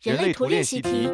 人类图练习题。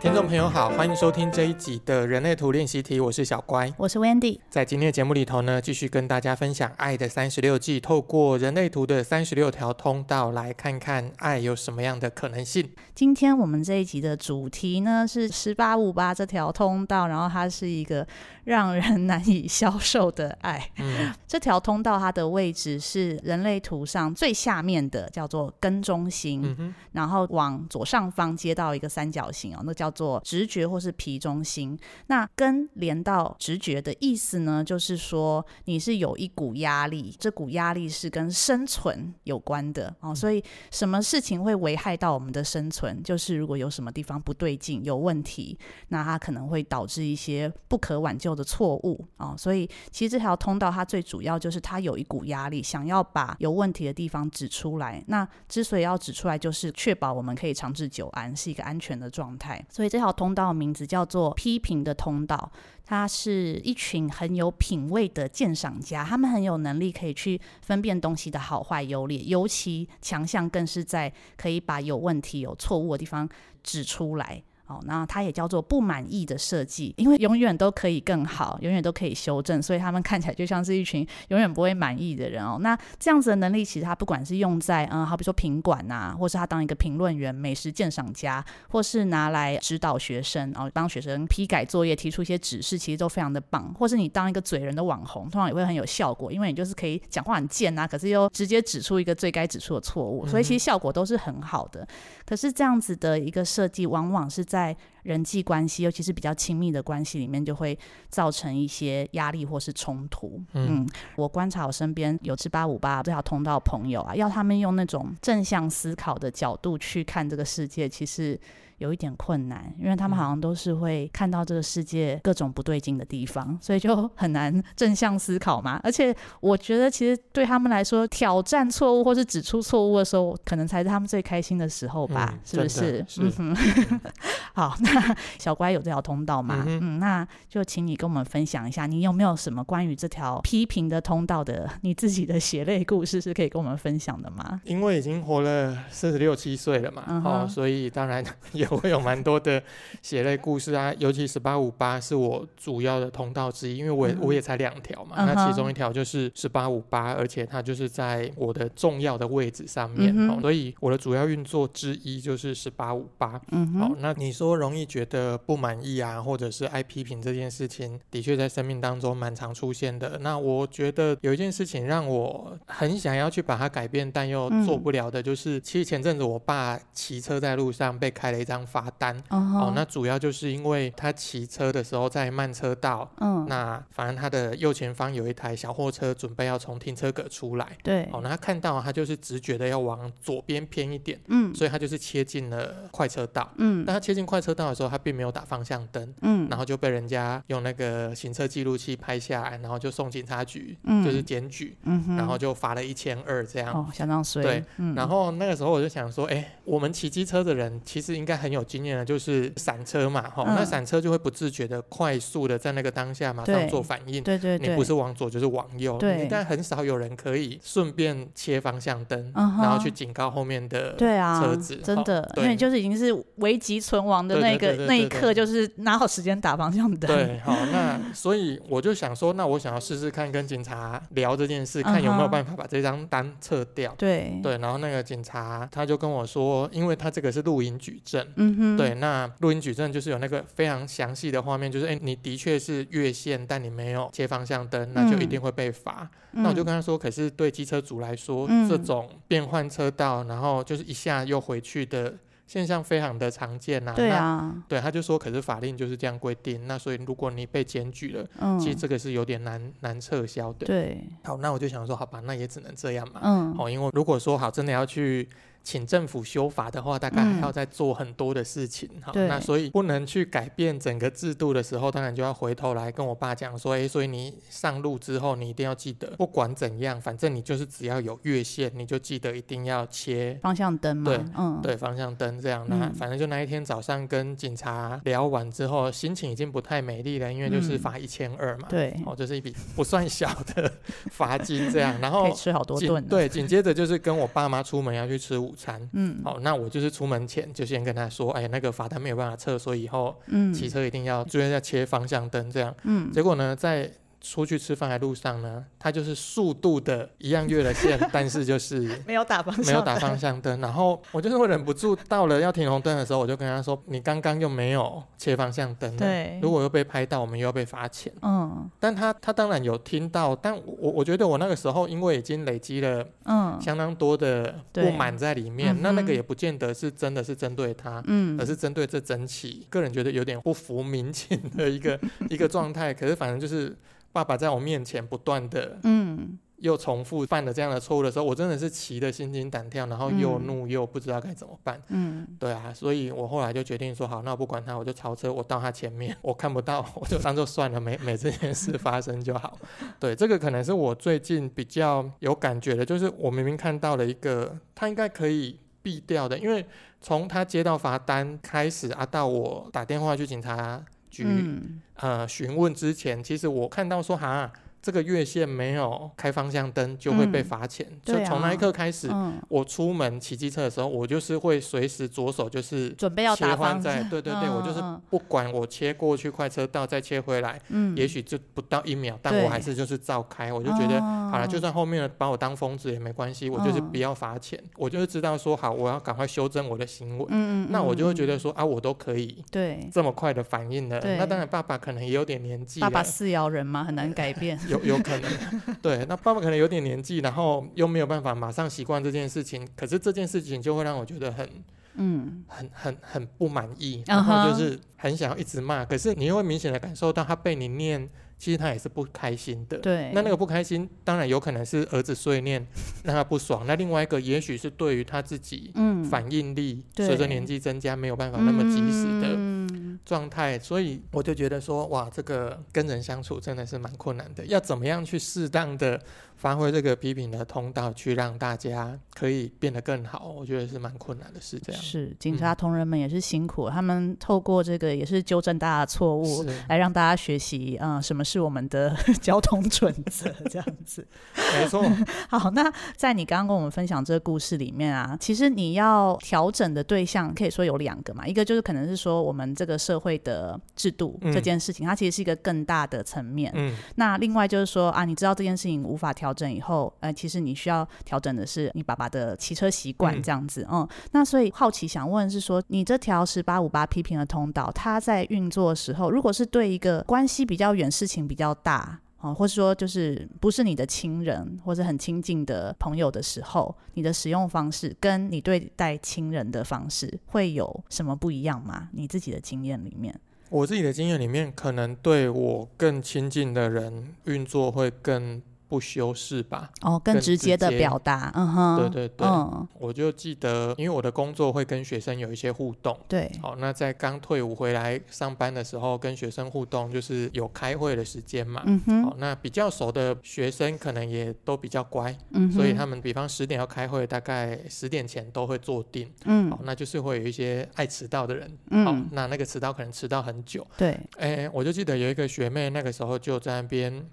听众朋友好，欢迎收听这一集的人类图练习题，我是小乖。我是 Wendy，在今天的节目里头呢，继续跟大家分享《爱的三十六计》，透过人类图的三十六条通道来看看爱有什么样的可能性。今天我们这一集的主题呢是十八五八这条通道，然后它是一个让人难以消受的爱。 嗯，这条通道它的位置是人类图上最下面的，叫做根中心，嗯哼，然后往左上方接到一个三角形哦，那叫做直觉或是皮中心。那根连到直觉的意思呢，就是说你是有一股压力，这股压力是跟生存有关的嗯哦，所以什么事情会危害到我们的生存？就是如果有什么地方不对劲、有问题，那它可能会导致一些不可挽救的错误哦。所以其实这条通道它最主要就是它有一股压力，想要把有问题的地方指出来。那之所以要指出来，就是确保我们可以长治久安，是一个安全的状态。所以这条通道的名字叫做批评的通道。它是一群很有品味的鉴赏家，他们很有能力可以去分辨东西的好坏优劣，尤其强项更是在可以把有问题、有错误的地方指出来。哦，那它也叫做不满意的设计，因为永远都可以更好，永远都可以修正，所以他们看起来就像是一群永远不会满意的人哦。那这样子的能力，其实它不管是用在嗯，好比说品管呐、或是他当一个评论员、美食鉴赏家，或是拿来指导学生哦，帮学生批改作业、提出一些指示，其实都非常的棒。或是你当一个嘴人的网红，通常也会很有效果，因为你就是可以讲话很贱啊，可是又直接指出一个最该指出的错误，所以其实效果都是很好的。可是这样子的一个设计，往往是在人际关系，尤其是比较亲密的关系里面，就会造成一些压力或是冲突。嗯嗯，我观察我身边有吃八五八这条通道的朋友啊，要他们用那种正向思考的角度去看这个世界，其实有一点困难，因为嗯他们好像都是会看到这个世界各种不对劲的地方，所以就很难正向思考嘛。而且我觉得，其实对他们来说，挑战错误或是指出错误的时候，可能才是他们最开心的时候吧，嗯是不真是的？是嗯哼，好， 那小乖有这条通道吗？嗯嗯那就请你跟我们分享一下，你有没有什么关于这条批评的通道的你自己的血泪故事是可以跟我们分享的吗？因为已经活了四十六七岁了嘛，嗯哦，哼所以当然 也会有蛮多的血泪故事啊。尤 其十八五八是我主要的通道之一，因为我也、嗯我也才两条嘛，嗯哼那其中一条就是十八五八，而且它就是在我的重要的位置上面，嗯哦哼，所以我的主要运作之一就是十八五八。嗯好哼，，那你说容易觉得不满意啊，或者是爱批评这件事情，的确在生命当中蛮常出现的。那我觉得有一件事情让我很想要去把它改变，但又做嗯不了的，就是、其实前阵子我爸骑车在路上被开了一张罚单。哦哦，那主要就是因为他骑车的时候在慢车道，嗯，那反正他的右前方有一台小货车准备要从停车格出来。对，哦，那他看到他就是直觉的要往左边偏一点，嗯所以他就是切进了快车道。嗯但他切进快车道的时候，他并没有打方向灯，嗯，然后就被人家用那个行车记录器拍下来，然后就送警察局，嗯就是检举，嗯哼，然后就罚了一千二这样。哦，相当衰，对，嗯，然后那个时候我就想说，哎，我们骑机车的人其实应该很有经验的，就是闪车嘛，哈、嗯那闪车就会不自觉的快速的在那个当下马上对做反应。对对你对，不是往左就是往右，对你但很少有人可以顺便切方向灯，嗯哼然后去警告后面的对啊，车子真哦的，对因为就是已经是危急存亡的那对对对个对那对一刻，就是哪有时间打方向灯？对，好，那所以我就想说，那我想要试试看跟警察聊这件事，看有没有嗯哼办法把这张单撤掉。对，对，然后那个警察他就跟我说，因为他这个是录影举证，嗯哼，对，那录影举证就是有那个非常详细的画面，就是哎，你的确是越线，但你没有切方向灯，那就一嗯定会被罚。嗯，那我就跟他说，可是对机车族来说，嗯这种变换车道，然后就是一下又回去的现象非常的常见呐、对那啊，对，他就说，可是法令就是这样规定，那所以如果你被检举了，嗯，其实这个是有点难难撤销的。对，好，那我就想说，好吧，那也只能这样嘛。嗯，哦，因为如果说好真的要去请政府修法的话，大概还要再做很多的事情。好，嗯对那所以不能去改变整个制度的时候，当然就要回头来跟我爸讲说，诶，所以你上路之后，你一定要记得，不管怎样，反正你就是只要有越线，你就记得一定要切方向灯嘛对，嗯，对方向灯这样，那嗯反正就那一天早上跟警察聊完之后，心情已经不太美丽了，因为就是嗯罚一千二嘛，对，哦，就是一笔不算小的 罚金这样，然可以后吃好多顿啊紧呢，对，紧接着就是跟我爸妈出门要去吃午餐，嗯好、那我就是出门前就先跟他说，哎，那个罚单没有办法撤，所以以后嗯骑车一定要注意要切方向灯这样。嗯，结果呢，在出去吃饭的路上呢，他就是速度的一样越了 线，但是就是。没有打方没有打方向灯，然后我就是会忍不住到了要停红灯的时候，我就跟他说：“你刚刚又没有切方向灯，，对，如果又被拍到，我们又要被罚钱。嗯”但他他当然有听到，但我我我觉得我那个时候因为已经累积了嗯相当多的对不满在里面嗯，哼那那个也不见得是真的是针对他。嗯而，是针对这整起，个人觉得有点不服民情的一个 一个状态。可是反正就是爸爸在我面前不断的嗯又重复犯了这样的错误的时候，我真的是骑的心惊胆跳，然后又嗯怒又不知道该怎么办。嗯，对啊，所以我后来就决定说，好，那我不管他，我就超车，我到他前面，我看不到，我就当做算了，没没这件事发生就好。对，这个可能是我最近比较有感觉的，就是我明明看到了一个他应该可以避掉的，因为从他接到罚单开始啊，到我打电话去警察局、嗯呃询问之前，其实我看到说哈。这个越线没有开方向灯就会被嗯罚钱，对就从啊那一刻开始，嗯，我出门骑机车的时候，我就是会随时左手就是准备要切打换方在，向，对对对，嗯我就是嗯不管我切过去快车道再切回来，嗯，也许就不到一秒，但对我还是就是照开，我就觉得。好了，就哦算后面把我当疯子也没关系，我就是嗯不要罚钱，我就是知道说好，我要赶快修正我的行为，嗯嗯，那我就会觉嗯得说啊，我都可以对，这么快的反应了。对那当然，爸爸可能也有点年纪了，爸爸四爻人嘛，很难改 变，有有可 能，对，那爸爸可能有点年纪，然后又没有办法马上习惯这件事情，可是这件事情就会让我觉得很嗯很很很不满意，然嗯哼后就是很想要一直骂，可是你又会明显的感受到他被你念，其实他也是不开心的。对，那那个不开心，当然有可能是儿子碎念 让他不爽，那另外一个也许是对于他自己嗯反应力对随着年纪增加没有办法那么及时的嗯状态，所以我就觉得说，哇，这个跟人相处真的是蛮困难的。要怎么样去适当的发挥这个批评的通道，去让大家可以变得更好，我觉得是蛮困难的事。这样嗯是警察同仁们也是辛苦，他们透过这个也是纠正大家的错误。 是来让大家学习，嗯，什么是我们的 交通准则，这样子。 没错，好，那在你刚刚跟我们分享这个故事里面啊，其实你要调整的对象可以说有两个嘛，一个就是可能是说我们这个社会的制度、嗯这件事情，它其实是一个更大的层面。嗯，那另外就是说啊，你知道这件事情无法调整以后，呃，其实你需要调整的是你爸爸的骑车习惯嗯这样子，嗯那所以好奇想问是说，你这条十八五八批评的通道，它在运作的时候，如果是对一个关系比较远、事情比较大。哦，或是说就是不是你的亲人或者很亲近的朋友的时候，你的使用方式跟你对待亲人的方式会有什么不一样吗？你自己的经验里面，我自己的经验里面，可能对我更亲近的人运作会更不修饰吧。哦，更更直直接的接表达，嗯哼，对对对，嗯，我就记得，因为我的工作会跟学生有一些互动。对，好，那在刚退伍回来上班的时候，跟学生互动就是有开会的时间嘛。嗯好哼，，那比较熟的学生可能也都比较乖，嗯哼，所以他们比方十点要开会，大概十点前都会坐定。好嗯，那就是会有一些爱迟到的人。好嗯，，那那个迟到可能迟到很久。对，哎，我就记得有一个学妹，那个时候就在那边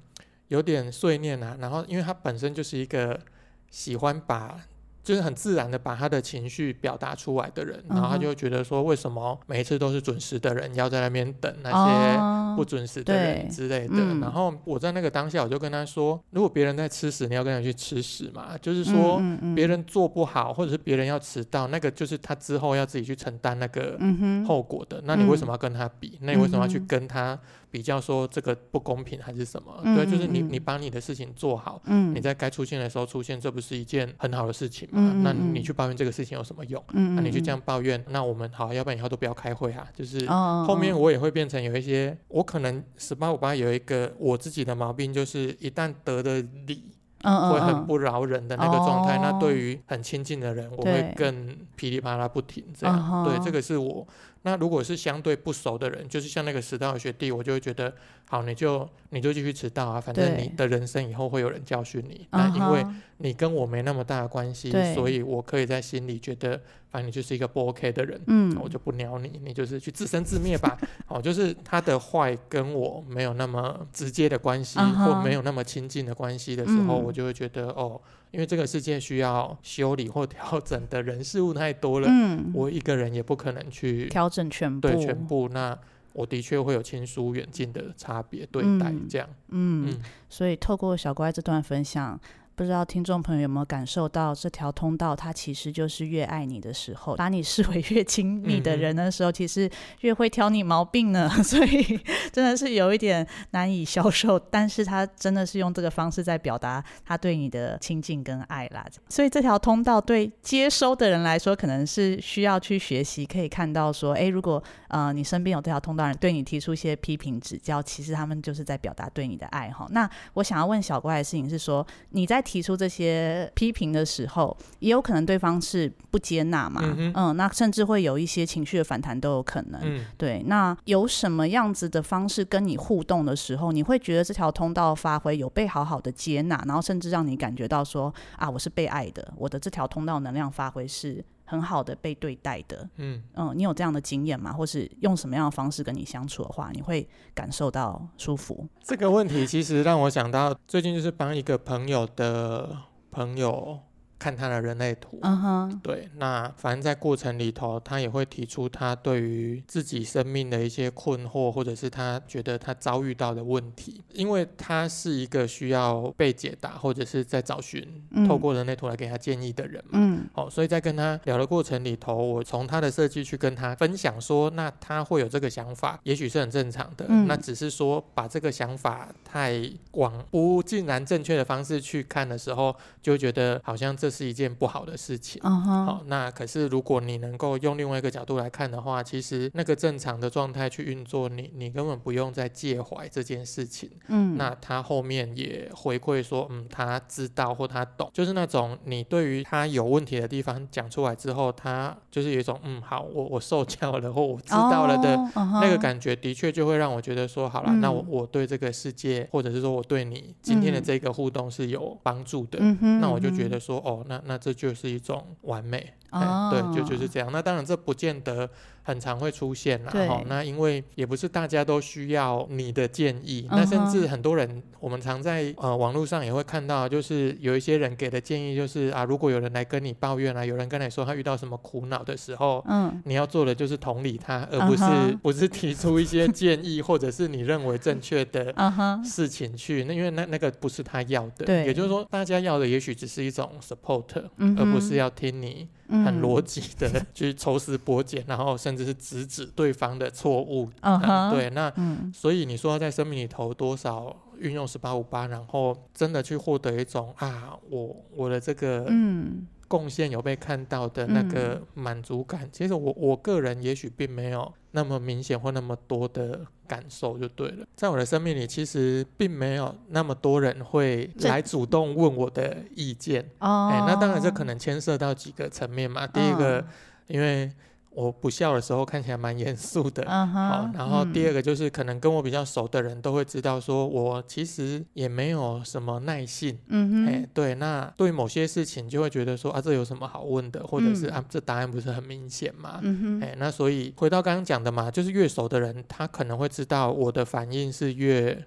有点碎念啊，然后因为她本身就是一个喜欢把。就是很自然的把她的情绪表达出来的人，然后她嗯哼就会觉得说，为什么每一次都是准时的人要在那边等那些哦不准时的人对之类的。嗯然后我在那个当下，我就跟他说，如果别人在吃屎，你要跟他去吃屎嘛，就是说嗯嗯别嗯人做不好，或者是别人要迟到，那个就是他之后要自己去承担那个嗯哼，后果的。那你为什么要跟他比？那你为什么要去嗯哼跟他比较说这个不公平还是什么？嗯对，就是你嗯嗯你把你的事情做好。嗯，你在该出现的时候出现，这不是一件很好的事情吗？嗯嗯那你嗯去抱怨这个事情有什么用？嗯，嗯，那你去这样抱怨，那我们好，要不然以后都不要开会啊。就是嗯，哦，后面嗯我也会变成有一些，我可能十八五八有一个我自己的毛病，就是一旦得了理，嗯嗯会很嗯不饶人的那个状态。那哦对于很亲近的人，我对会更噼里啪啦不停这嗯样。哼对，这个是我。那如果是相对不熟的人，就是像那个迟到的学弟，我就会觉得，好，你就你就继续迟到啊，反正对你的人生以后会有人教训你。那嗯因为哼你跟我没那么大的关系对，所以我可以在心里觉得，反正你就是一个不 OK 的人。嗯，我就不鸟你，你就是去自生自灭吧。哦，就是他的坏跟我没有那么直接的关系嗯哼或没有那么亲近的关系的时候嗯我就会觉得哦，因为这个世界需要修理或调整的人事物太多了，嗯，我一个人也不可能去调整全部，对全部。那我的确会有亲疏远近的差别对待，嗯这样，嗯，嗯所以透过小乖这段分享，不知道听众朋友有没有感受到这条通道，它其实就是越爱你的时候，把你视为越亲密的人的时候，其实越会挑你毛病呢。 所以真的是有一点难以消受，但是他真的是用这个方式在表达他对你的亲近跟爱啦。所以这条通道对接收的人来说，可能是需要去学习，可以看到说，诶，如果呃，你身边有这条通道人对你提出一些批评指教，其实他们就是在表达对你的爱哈。那我想要问小乖的事情是说，你在提出这些批评的时候，也有可能对方是不接纳嘛？嗯哼那甚至会有一些情绪的反弹都有可能。嗯。对，那有什么样子的方式跟你互动的时候，你会觉得这条通道发挥有被好好的接纳，然后甚至让你感觉到说啊，我是被爱的，我的这条通道能量发挥是很好的被对待的。嗯嗯，你有这样的经验吗？或是用什么样的方式跟你相处的话，你会感受到舒服？这个问题其实让我想到，最近就是帮一个朋友的朋友看他的人类图，嗯哼，对，那反正在过程里头，他也会提出他对于自己生命的一些困惑，或者是他觉得他遭遇到的问题，因为他是一个需要被解答，或者是在找寻嗯透过人类图来给他建议的人嘛。嗯哦，所以在跟他聊的过程里头，我从他的设计去跟他分享说，那他会有这个想法，也许是很正常的，嗯那只是说把这个想法太往不尽然正确的方式去看的时候，就会觉得好像这是一件不好的事情。嗯哼，好，那可是如果你能够用另外一个角度来看的话，其实那个正常的状态去运作，你你根本不用再介怀这件事情。嗯，那他后面也回馈说，嗯，他知道或他懂，就是那种你对于他有问题的地方讲出来之后，他就是有一种嗯，好，我我受教了或我知道了的。哦嗯哼那个感觉的确就会让我觉得说，好了，那我嗯我对这个世界，或者是说我对你今天的这个互动是有帮助的。嗯哼，那我就觉嗯得说，哦，那那这就是一种完美，哼，哎哦，对，就就是这样。那当然，这不见得很常会出现啦，对哈。那因为也不是大家都需要你的建议，那甚嗯至哼很多人，我们常在呃网络上也会看到，就是有一些人给的建议就是啊，如果有人来跟你抱怨啊，有人跟你说他遇到什么苦恼的时候。嗯你要做的就是同理他，而嗯不是、哼不是提出一些建议，或者是你认为正确的嗯哼，事情去，那因为那那个不是他要的，对也就是说，大家要的也许只是一种 support，、嗯哼而不是要听你很嗯逻辑的去抽丝剥茧，然后甚至是直指对方的错误。嗯啊哼，，对，那嗯所以你说在生命里头多少运用十八五八，然后真的去获得一种啊，我我的这个嗯贡献有被看到的那个满足感。其实我我个人也许并没有那么明显或那么多的感受就对了，在我的生命里，其实并没有那么多人会这来主动问我的意见。哦，哎、那当然这可能牵涉到几个层面嘛。第一个，因为我不笑的时候看起来蛮严肃的。嗯好哼，，然后第嗯二个就是，可能跟我比较熟的人都会知道，说我其实也没有什么耐性，嗯哎、哼，对，那对于某些事情就会觉得说啊，这有什么好问的，或者是、嗯啊，这答案不是很明显嘛？嗯哎、哼，那所以回到刚刚讲的嘛，就是越熟的人，他可能会知道我的反应是越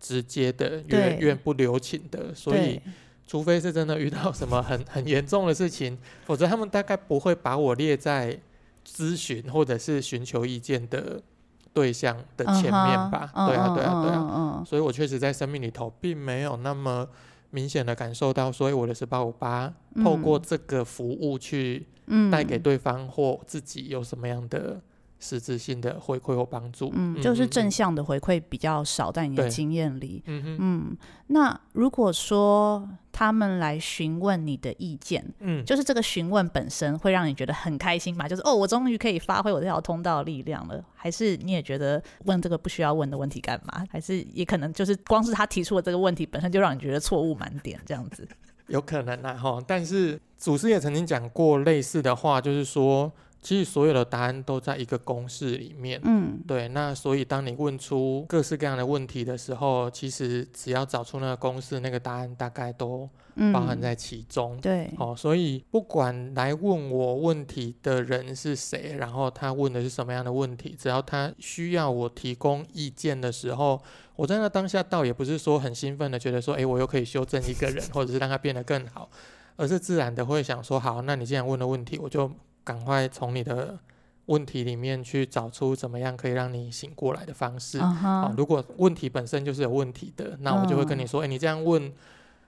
直接的，越对越不留情的，所以对除非是真的遇到什么很很严重的事情，否则他们大概不会把我列在咨询或者是寻求意见的对象的前面吧？嗯哼对啊，对啊，对啊。嗯嗯嗯嗯所以我确实在生命里头并没有那么明显的感受到，所以我的十八五八嗯透过这个服务去嗯带给对方或自己有什么样的实质性的回馈或帮助。嗯，就是正嗯向的回馈比较少，在你的对经验里。嗯哼，嗯，那如果说他们来询问你的意见，嗯，就是这个询问本身会让你觉得很开心嘛，就是哦，我终于可以发挥我这条通道的力量了。还是你也觉得问这个不需要问的问题干嘛？还是也可能就是光是他提出的这个问题本身就让你觉得错误满点这样子。有可能啊哈。但是祖师也曾经讲过类似的话，就是说，其实所有的答案都在一个公式里面。嗯，对，那所以当你问出各式各样的问题的时候，其实只要找出那个公式，那个答案大概都嗯包含在其中。对，哦，所以不管来问我问题的人是谁，然后他问的是什么样的问题，只要他需要我提供意见的时候，我在那当下倒也不是说很兴奋的觉得说，诶，我又可以修正一个人，或者是让他变得更好，而是自然的会想说，好，那你既然问了问题，我就赶快从你的问题里面去找出怎么样可以让你醒过来的方式。嗯啊，哼，如果问题本身就是有问题的，那我就会嗯跟你说，哎、你这样问，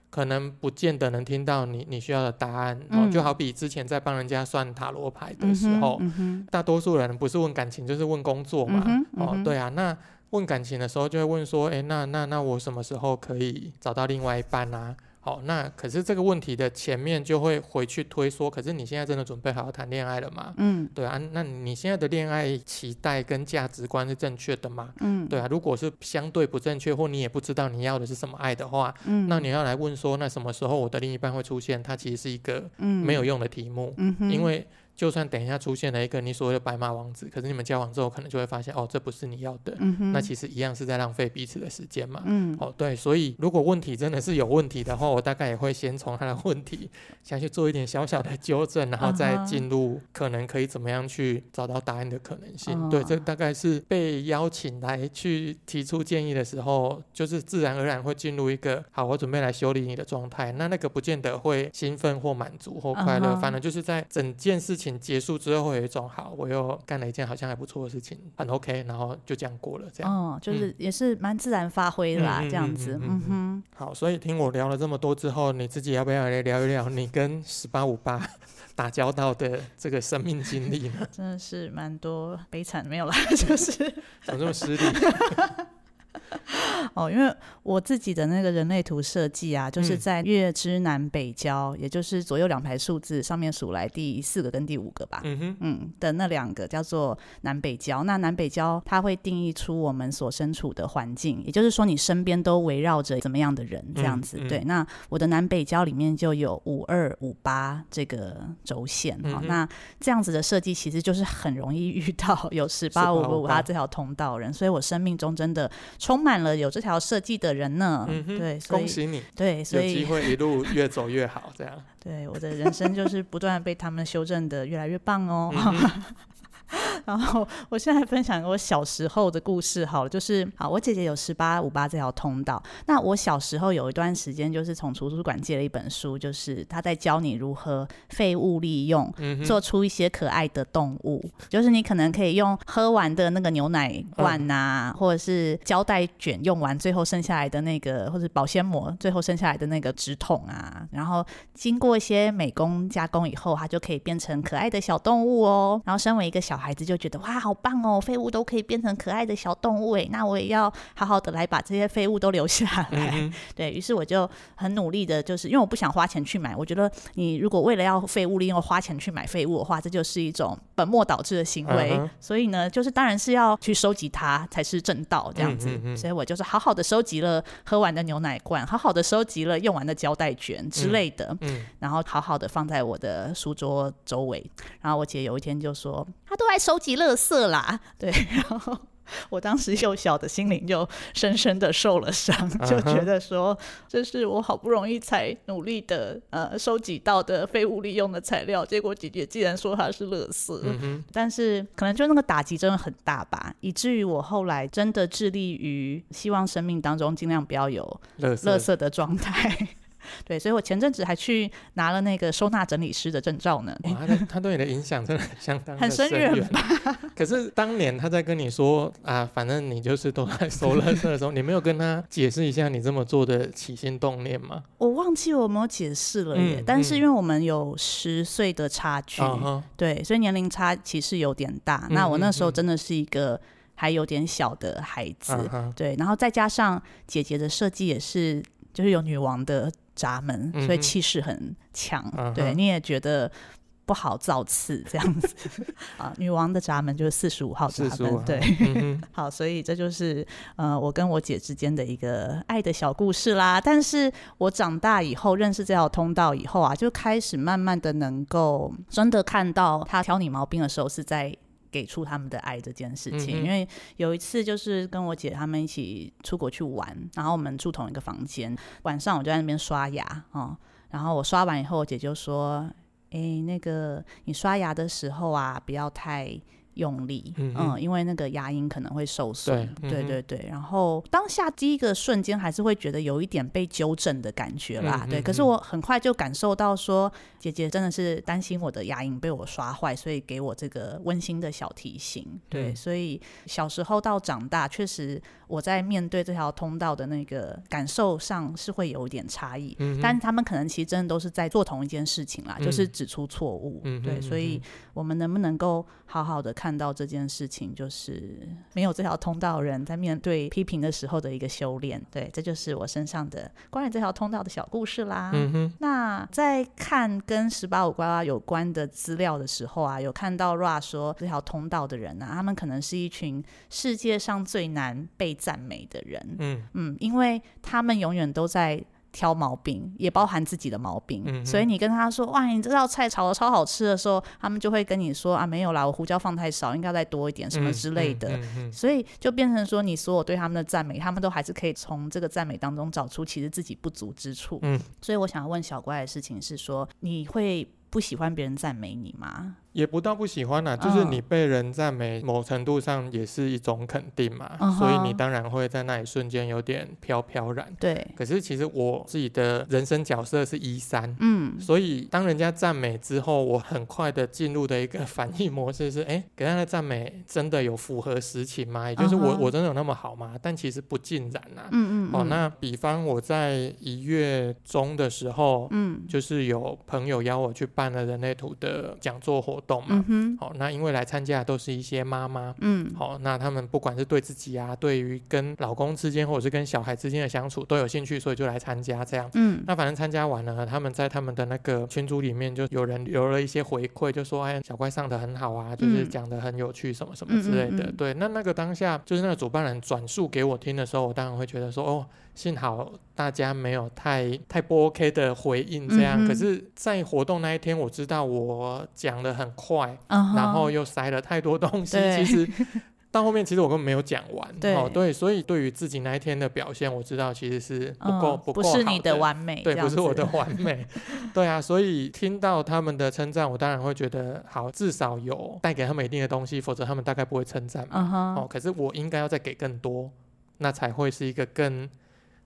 可能不见得能听到你你需要的答案。哦，嗯就好比之前在帮人家算塔罗牌的嗯时哼候，嗯哼，大多数人不是问感情就是问工作嘛。嗯哼哦，，对啊，那问感情的时候就会问说，哎、那那那我什么时候可以找到另外一半啊？好，那可是这个问题的前面就会回去推说，可是你现在真的准备好要谈恋爱了吗？嗯对啊，那你现在的恋爱期待跟价值观是正确的吗？嗯，对啊，如果是相对不正确，或你也不知道你要的是什么爱的话，嗯，那你要来问说，那什么时候我的另一半会出现？它其实是一个嗯没有，用的题目，嗯哼，因为就算等一下出现了一个你所谓的白马王子，可是你们交往之后可能就会发现，哦，这不是你要的，嗯哼，那其实一样是在浪费彼此的时间嘛。嗯哦，对，所以如果问题真的是有问题的话，我大概也会先从他的问题先去做一点小小的纠正，然后再啊哈进入可能可以怎么样去找到答案的可能性。对，这哦大概是被邀请来去提出建议的时候，就是自然而然会进入一个好，我准备来修理你的状态。那那个不见得会兴奋或满足或快乐啊哈反正就是在整件事情结束之后，会有一种好，我又干了一件好像还不错的事情，很 OK，然后就这样过了，这样。嗯哦，就是也是蛮自然发挥的啦，嗯嗯这样子，嗯嗯嗯嗯哼，好，所以听我聊了这么多之后，你自己要不要来聊一聊你跟十八五八 打交道的这个生命经历 呢？真的是蛮多悲惨没有啦， 就是怎么这么失礼？哦，因为我自己的那个人类图设计啊，就是嗯在月之南北交，也就是左右两排数字上面数来第四个跟第五个吧。 嗯哼，嗯的那两个叫做南北交，那南北交它会定义出我们所身处的环境，也就是说你身边都围绕着怎么样的人这样子。嗯对，那我的南北交里面就有五二五八这个轴线，好、嗯哼那这样子的设计其实就是很容易遇到有十八五五八这条通道人，所以我生命中真的充满了有这条设计的人呢。嗯哼，对，所恭以喜你，对，所有以机会一路越走越好，这样。对，我的人生就是不断地被他们修正的越来越棒哦。 然后我现在分享我小时候的故事好了，就是好，我姐姐有十八五八这条通道。那我小时候有一段时间，就是从图书馆借了一本书，就是他在教你如何废物利用，嗯哼，做出一些可爱的动物，就是你可能可以用喝完的那个牛奶罐嗯呐、或者是胶带卷用完最后剩下来的那个，或者保鲜膜最后剩下来的那个纸筒啊，然后经过一些美工加工以后，它就可以变成可爱的小动物哦。然后身为一个小孩子就觉得哇，好棒哦，废物都可以变成可爱的小动物诶，那我也要好好的来把这些废物都留下来。嗯哼，对于是，我就很努力的，就是因为我不想花钱去买。我觉得你如果为了要废物利用花钱去买废物的话，这就是一种本末倒置的行为。嗯哼所以呢，就是当然是要去收集它才是正道这样子。嗯嗯嗯所以我就是好好的收集了喝完的牛奶罐，好好的收集了用完的胶带卷之类的，嗯，然后好好的放在我的书桌周围。然后我姐有一天就说：“她都爱收集垃圾啦。” 对，然后。我当时幼小的心灵就深深的受了伤，就嗯哼觉得说，这是我好不容易才努力的呃收集到的废物利用的材料，结果姐姐竟然说它是垃圾，嗯哼，但是可能就那个打击真的很大吧，以至于我后来真的致力于希望生命当中尽量不要有乐垃色，圾的状态。 对，所以我前阵子还去拿了那个收纳整理师的证照呢。哇，他对他对你的影响真的相当的很深远远。可是当年他在跟你说啊，反正你就是都在收垃圾的时候，你没有跟他解释一下你这么做的起心动念吗？我忘记我有没有解释了耶，嗯但是嗯因为我们有十岁的差距，啊哈，对，所以年龄差其实有点大。嗯那我嗯那时候嗯真的是一个还有点小的孩子，啊哈，对，然后再加上姐姐的设计也是，就是有女王的闸门，嗯所以哼气势很强。嗯对，哼你也觉得。不好造次这样子 啊，女王的闸门就是四十五号闸45门号，对，嗯哼，好，所以这就是呃我跟我姐之间的一个爱的小故事啦。但是我长大以后认识这条通道以后啊，就开始慢慢的能够真的看到他挑你毛病的时候是在。给出他们的爱这件事情，嗯哼因为有一次就是跟我姐他们一起出国去玩，然后我们住同一个房间，晚上我就在那边刷牙哦，然后我刷完以后，我姐就说：“诶，那个你刷牙的时候啊，不要太用力，嗯嗯哼因为那个牙龈可能会受损。对对嗯哼对对然后当下第一个瞬间还是会觉得有一点被纠正的感觉啦，嗯对。嗯可是嗯我很快就感受到说，姐姐真的是担心我的牙龈被我刷坏，所以给我这个温馨的小提醒。对，嗯所以小时候到长大，确实我在面对这条通道的那个感受上是会有一点差异。嗯哼但他们可能其实真的都是在做同一件事情啦，嗯就是指出错误。嗯哼对，所以我们能不能够好好的看到这件事情，就是没有这条通道的人在面对批评的时候的一个修炼。对，这就是我身上的关于这条通道的小故事啦。嗯哼，那在看跟十八五瓜瓜有关的资料的时候啊，有看到 Ra 说这条通道的人啊，他们可能是一群世界上最难被赞美的人。嗯嗯，因为他们永远都在挑毛病，也包含自己的毛病，嗯哼所以你跟他说哇，你这道菜炒的超好吃的时候，他们就会跟你说啊，没有啦，我胡椒放太少，应该再多一点什么嗯之类嗯的。嗯嗯所以就变成说，你所有对他们的赞美，他们都还是可以从这个赞美当中找出其实自己不足之处。嗯，所以我想要问小乖的事情是说，你会不喜欢别人赞美你吗？也不到不喜欢啦、就是嗯你被人赞美，某程度上也是一种肯定嘛，嗯所以哼你当然会在那一瞬间有点飘飘然。对，可是其实我自己的人生角色是一三。嗯，所以，当人家赞美之后，我很快的进入的一个反应模式是： 哎，给他的赞美真的有符合实情吗？也就是我、嗯哼我真的有那么好吗？但其实不尽然啦、嗯嗯，哦，嗯那比方我在一月中的时候，嗯就是有朋友邀我去办了人类图的讲座活动嘛嗯。哼好、那因为来参加的都是一些妈妈。嗯好、那他们不管是对自己啊，对于跟老公之间，或者是跟小孩之间的相处都有兴趣，所以就来参加这样。嗯那反正参加完了，他们在他们的那个群组里面就有人留了一些回馈，就说哎，小乖上的很好啊，就是嗯讲的很有趣，什么什么之类的。嗯嗯嗯对，那那个当下就是那个主办人转述给我听的时候，我当然会觉得说哦，幸好大家没有太太不 OK 的回应这样。嗯哼可是，在活动那一天，我知道我讲的很快，嗯，然后又塞了太多东西，对其实到后面其实我根本没有讲完。对哦，对，所以对于自己那一天的表现，我知道其实是不够、嗯、够不是你好的的完美，对，这不样是我子的完美， 对啊，所以听到他们的称赞，我当然会觉得好，至少有带给他们一定的东西，否则他们大概不会称赞嘛。嗯哼，哦，可是我应该要再给更多，那才会是一个更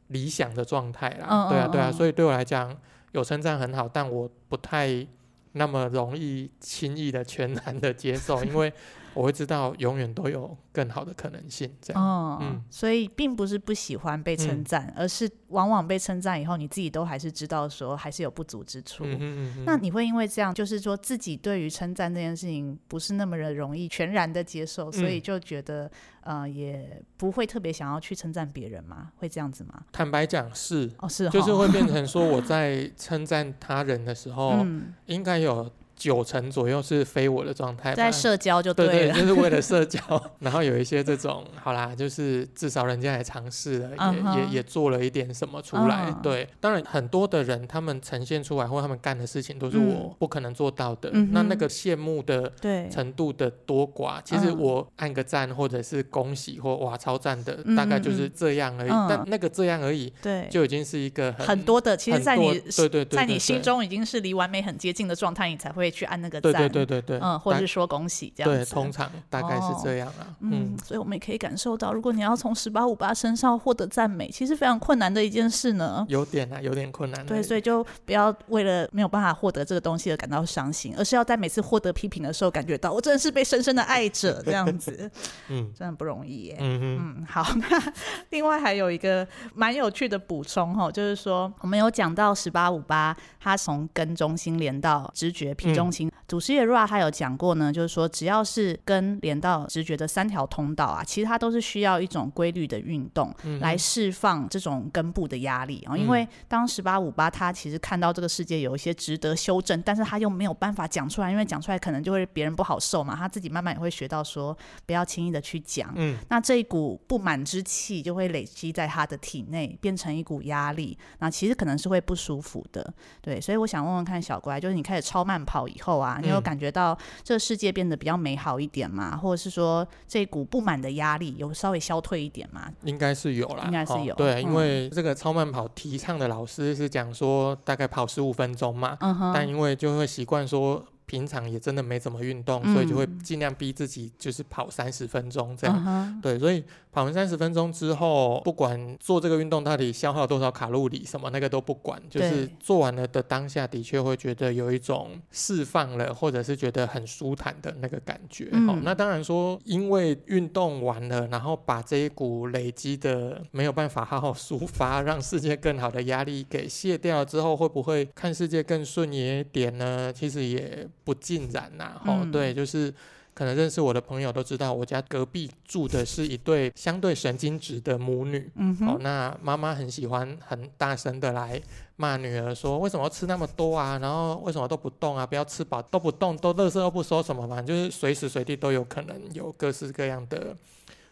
理想的状态啦。嗯对啊，嗯对啊，嗯所以对我来讲，有称赞很好，但我不太那么容易轻易的全然的接受，因为我会知道永远都有更好的可能性。这样，哦，嗯所以并不是不喜欢被称赞，而是往往被称赞以后，你自己都还是知道说还是有不足之处。嗯哼嗯那哼你会因为这样，就是说自己对于称赞这件事情不是那么的容易全然的接受，所以嗯就觉得、呃也不会特别想要去称赞别人吗？会这样子吗？坦白讲是。哦，是就是齁会哦变成说，我在称赞他人的时候，嗯，应该有九成左右是非我的状态吧，在社交就对了，对，就是 为了社交，然后有一些这种，好啦，就是至少人家也尝试了，嗯哼也也也做了一点什么出来。嗯对，当然很多的人他们呈现出来或他们干的事情都是嗯我不可能做到的，嗯哼那那个羡慕的。对程度的多寡，其实嗯我按个赞或者是恭喜或哇超赞的，嗯大概嗯就是嗯这样而已。嗯但那个这样而已，对，就已经是一个很多的，其实，很在多你对对对在你对心对中已经是离完美很接近的状态，你才会去按那个对赞，对对对对，嗯，或大者是说恭喜这样对，子。通常大概是哦这样啊。嗯嗯，，所以我们也可以感受到，如果你要从十八五八身上获得赞美，其实非常困难的一件事呢。有点啊，有点困难而已。对，所以就不要为了没有办法获得这个东西而感到伤心，而是要在每次获得批评的时候，感觉到我真的是被深深的爱着，这样子 嗯真的不容易耶。嗯哼嗯，好，那 另外还有一个蛮有趣的补充哦，就是嗯说我们有讲到十八五八，它从根中心连到直觉皮中心，主祖师爷 Ra 他有讲过呢，就是说只要是跟连到直觉的三条通道啊，其实它都是需要一种规律的运动嗯来释放这种根部的压力啊、因为当十八五八他其实看到这个世界有一些值得修正，但是他又没有办法讲出来，因为讲出来可能就会别人不好受嘛，他自己慢慢也会学到说不要轻易的去讲。嗯，那这一股不满之气就会累积在他的体内，变成一股压力，那其实可能是会不舒服的。对，所以我想问问看小乖，就是你开始超慢跑以后啊，你有嗯感觉到这个世界变得比较美好一点吗？或者是说这股不满的压力有稍微消退一点吗？应该是有啦，应该是哦有对，嗯因为这个超慢跑提倡的老师是讲说大概跑十五分钟嘛，嗯但哼，因为就会习惯说平常也真的没怎么运动，所以就会嗯尽量逼自己就是跑三十分钟这样。嗯哼，对，所以跑完三十分钟之后，不管做这个运动到底消耗多少卡路里，什么那个都不管，就是对做完了的当下，的确会觉得有一种释放了，或者是觉得很舒坦的那个感觉。好、嗯那当然说，因为运动完了，然后把这一股累积的没有办法好好抒发，让世界更好的压力给卸掉之后，会不会看世界更顺眼一点呢？其实也不尽然呐、吼，嗯哦对，就是可能认识我的朋友都知道，我家隔壁住的是一对相对神经质的母女。嗯哦哼，，那妈妈很喜欢很大声的来骂女儿说，为什么要吃那么多啊？然后为什么都不动啊？不要吃饱都不动，都垃圾都不收什么嘛？就是随时随地都有可能有各式各样的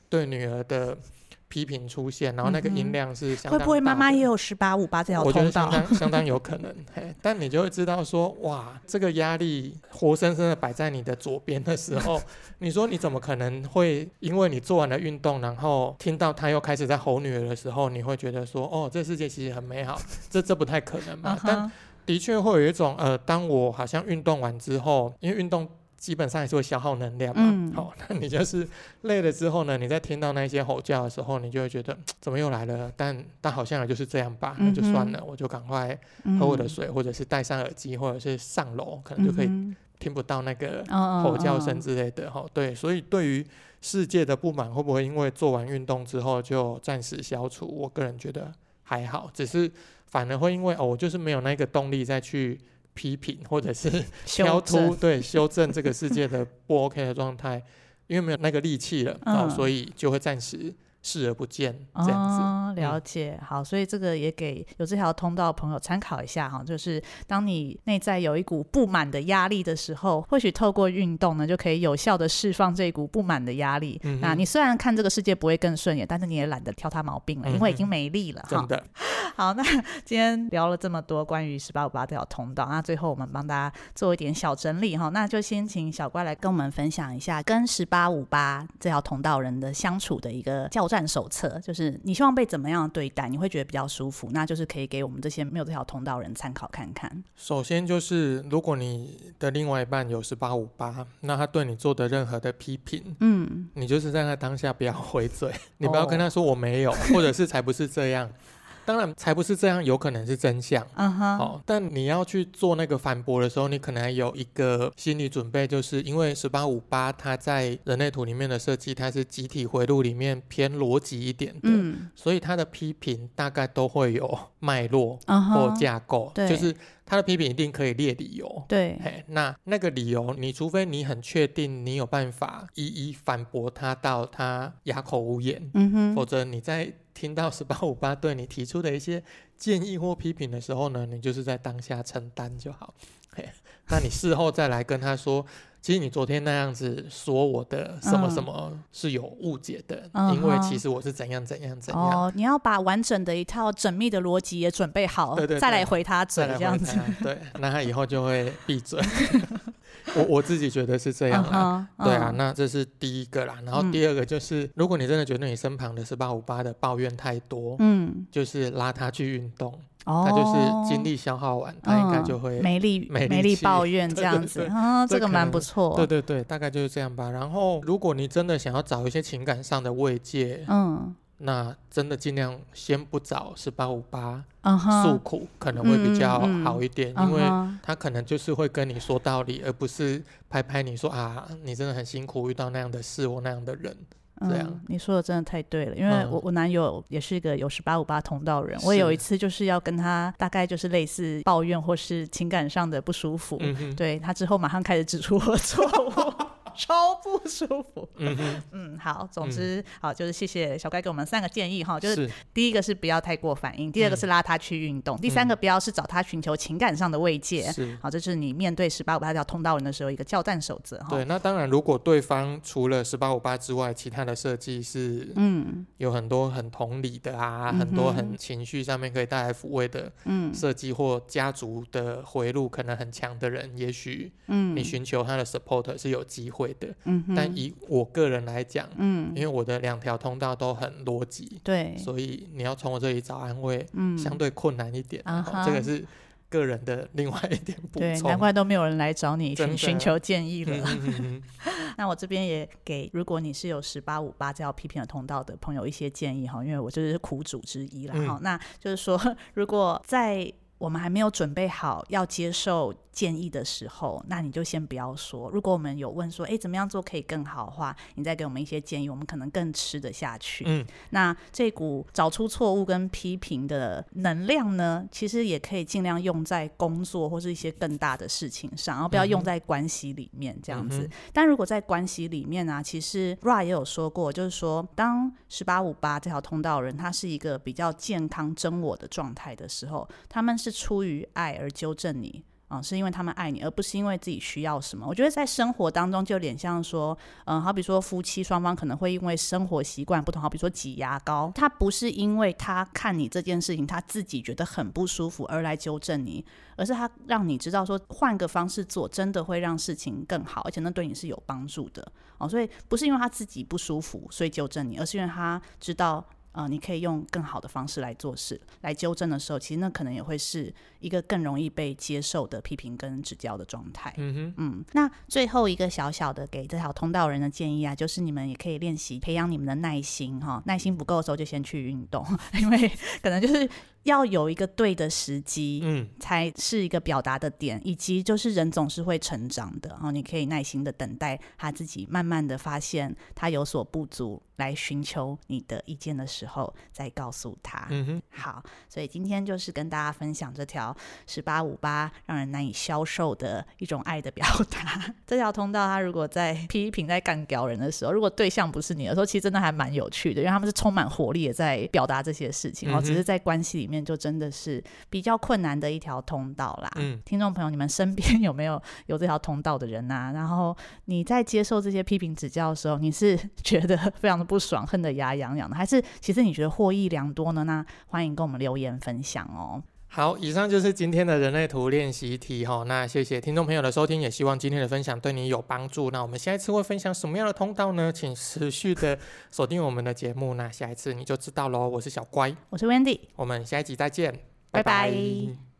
对女儿的批评出现，然后那个嗯哼音量是相会当不会妈大妈的也有十八五八这条我觉通得相道？当相当有可能，嘿，但你就会知道说，哇，这个压力活生生的摆在你的左边的时 候，你说你怎么可能会因为你做完了运动，然后听到他又开始在吼女儿的时候，你会觉得说，哦，这世界其实很美好，这这不太可能嘛 嗯但哼，的确会有一种呃，当我好像运动完之后，因为运动基本上还是会消耗能量嘛，好、嗯那你就是累了之后呢，你在听到那些吼叫的时候，你就会觉得嗯怎么又来了？但但好像也就是这样吧，那就算了，我就赶快喝我的嗯水，或者是戴上耳机，或者是上楼，可能就可以嗯听不到那个哼吼叫嗯嗯声之类的哈、吼对，所以对于世界的不满会不会因为做完运动之后就暂时消除？我个人觉得还好，只是反而会因为哦，我就是没有那个动力再去批评或者 是修挑出正对修正这个世界的不 OK 的状态，因为没有那个力气了，嗯哦，所以就会暂时视而不见这样子。嗯哦、了解，好，所以这个也给有这条通道的朋友参考一下哈，就是当你内在有一股不满的压力的时候，或许透过运动呢，就可以有效的释放这一股不满的压力。嗯哼那你虽然看这个世界不会更顺眼，但是你也懒得挑它毛病了，因为嗯已哼经没力了哈真。的，好，那 今天聊了这么多关于十八五八这条通道，那最后我们帮大家做一点小整理哈，那就先请小乖来跟我们分享一下跟十八五八这条通道人的相处的一个教战手册，就是你希望被怎么样对待，你会觉得比较舒服，那就是可以给我们这些没有这条通道人参考看看。首先就是，如果你的另外一半有十八五八，那他对你做的任何的批评，嗯，你就是在那当下不要回嘴，你不要哦跟他说我没有，或者是才不是这样。当然，才不是这样，有可能是真相。嗯哼，哦，但你要去做那个反驳的时候，你可能还有一个心理准备，就是因为十八五八它在人类图里面的设计，它是集体回路里面偏逻辑一点的，嗯，所以它的批评大概都会有脉络嗯或哼，架构，对就是它的批评一定可以列理由，对，嘿，那那个理由，你除非你很确定你有办法一一反驳他到他哑口无言，嗯否哼，则你在听到十八五八对你提出的一些建议或批评的时候呢，你就是在当下承担就好。嘿，那你事后再来跟他说，其实你昨天那样子说我的什么嗯什么是有误解的，嗯因为哼其实我是怎样怎样怎样。哦，你要把完整的一套缜密的逻辑也准备好，对对对再来回他嘴再来这回样子。答， 对，那他以后就会闭嘴。 我我自己觉得是这样啦，哼对啊，嗯那这是第一个啦。然后第二个就是，如果你真的觉得你身旁的十八五八的抱怨太多，嗯，就是拉他去运动，哦，他就是精力消耗完，他应该就会。没力没力没力气抱怨对这对样子对啊，这这个可蛮能不错。对对对，大概就是这样吧。然后，如果你真的想要找一些情感上的慰藉，嗯那真的尽量先不找十八五八嗯诉哼，苦，可能会比较嗯嗯嗯好一点，嗯因为哼他可能就是会跟你说道理，而不是拍拍你说啊，你真的很辛苦，遇到那样的事或那样的人。这样。嗯，你说的真的太对了，因为嗯我、我男友也是一个有十八五八同道人，我是有一次就是要跟他大概就是类似抱怨或是情感上的不舒服，嗯哼，对他之后马上开始指出我的错误。 超不舒服。嗯哼，嗯，好，总之、好，就是谢谢小乖给我们三个建议哈，就是是第一个是不要太过反应，第嗯二个是拉他去运动，第三个不要是找他寻求情感上的慰藉。是。好，这是你面对十八五八条通道人的时候一个交战守则哈。对，那当然，如果对方除了十八五八之外，其他的设计是嗯有很多很同理的啊，嗯哼很多很情绪上面可以带来抚慰的嗯设计，或家族的回路可能很强的人，也许嗯，你寻求他的 support 是有机会的。嗯哼，但以我个人来讲，嗯因为我的两条通道都很逻辑，对，所以你要从我这里找安慰，嗯相对困难一点。啊哦哈这个是个人的另外一点补对，充。难怪都没有人来找你真寻的寻求建议嗯了。哼哼哼 那我这边也给，如果你是有十八五八这条批评的通道的朋友一些建议哈，因为我就是苦主之一啦嗯哈、那就是说， 如果在我们还没有准备好要接受建议的时候，那你就先不要说。如果我们有问说，诶，怎么样做可以更好的话，你再给我们一些建议，我们可能更吃得下去。嗯那这股找出错误跟批评的能量呢，其实也可以尽量用在工作或是一些更大的事情上，然后不要嗯哼用在关系里面这样嗯子。哼但如果在关系里面啊，其实 Ra 也有说过，就是说，当十八五八这条通道人他是一个比较健康真我的状态的时候，他们是出于爱而纠正你。啊、是因为他们爱你，而不是因为自己需要什么。我觉得在生活当中，就有点像说，嗯，好比说夫妻双方可能会因为生活习惯不同，好比说挤牙膏，他不是因为他看你这件事情他自己觉得很不舒服而来纠正你，而是他让你知道说换个方式做真的会让事情更好，而且那对你是有帮助的哦。所以不是因为他自己不舒服所以纠正你，而是因为他知道。呃，你可以用更好的方式来做事，来纠正的时候，其实那可能也会是一个更容易被接受的批评跟指教的状态。嗯哼，嗯，那最后一个小小的给这条通道人的建议啊，就是你们也可以练习培养你们的耐心哈、耐心不够的时候就先去运动， 因为可能就是要有一个对的时机。嗯才是一个表达的点，以及就是人总是会成长的，然哦后你可以耐心的等待他自己慢慢的发现他有所不足，来寻求你的意见的时候再告诉他。嗯哼，好，所以今天就是跟大家分享这条十八五八让人难以消受的一种爱的表达。 这条通道，它如果在 批评、在干掉人的时候，如果对象不是你的时候，其实真的还蛮有趣的，因为他们是充满活力的在表达这些事情，然后嗯只是哼在关系里面就真的是比较困难的一条通道啦。嗯听众朋友，你们身边 有没有有这条通道的人啊？然后你在接受这些批评指教的时候，你是觉得非常的不爽，恨得牙痒痒的，还是其实你觉得获益良多呢？那欢迎跟我们留言分享哦。好，以上就是今天的人类图练习题哈、那谢谢听众朋友的收听，也希望今天的分享对你有帮助。那我们下一次会分享什么样的通道呢？请持续的锁定我们的节目，那下一次你就知道喽。我是小乖，我是 Wendy。我们下一集再见，拜拜拜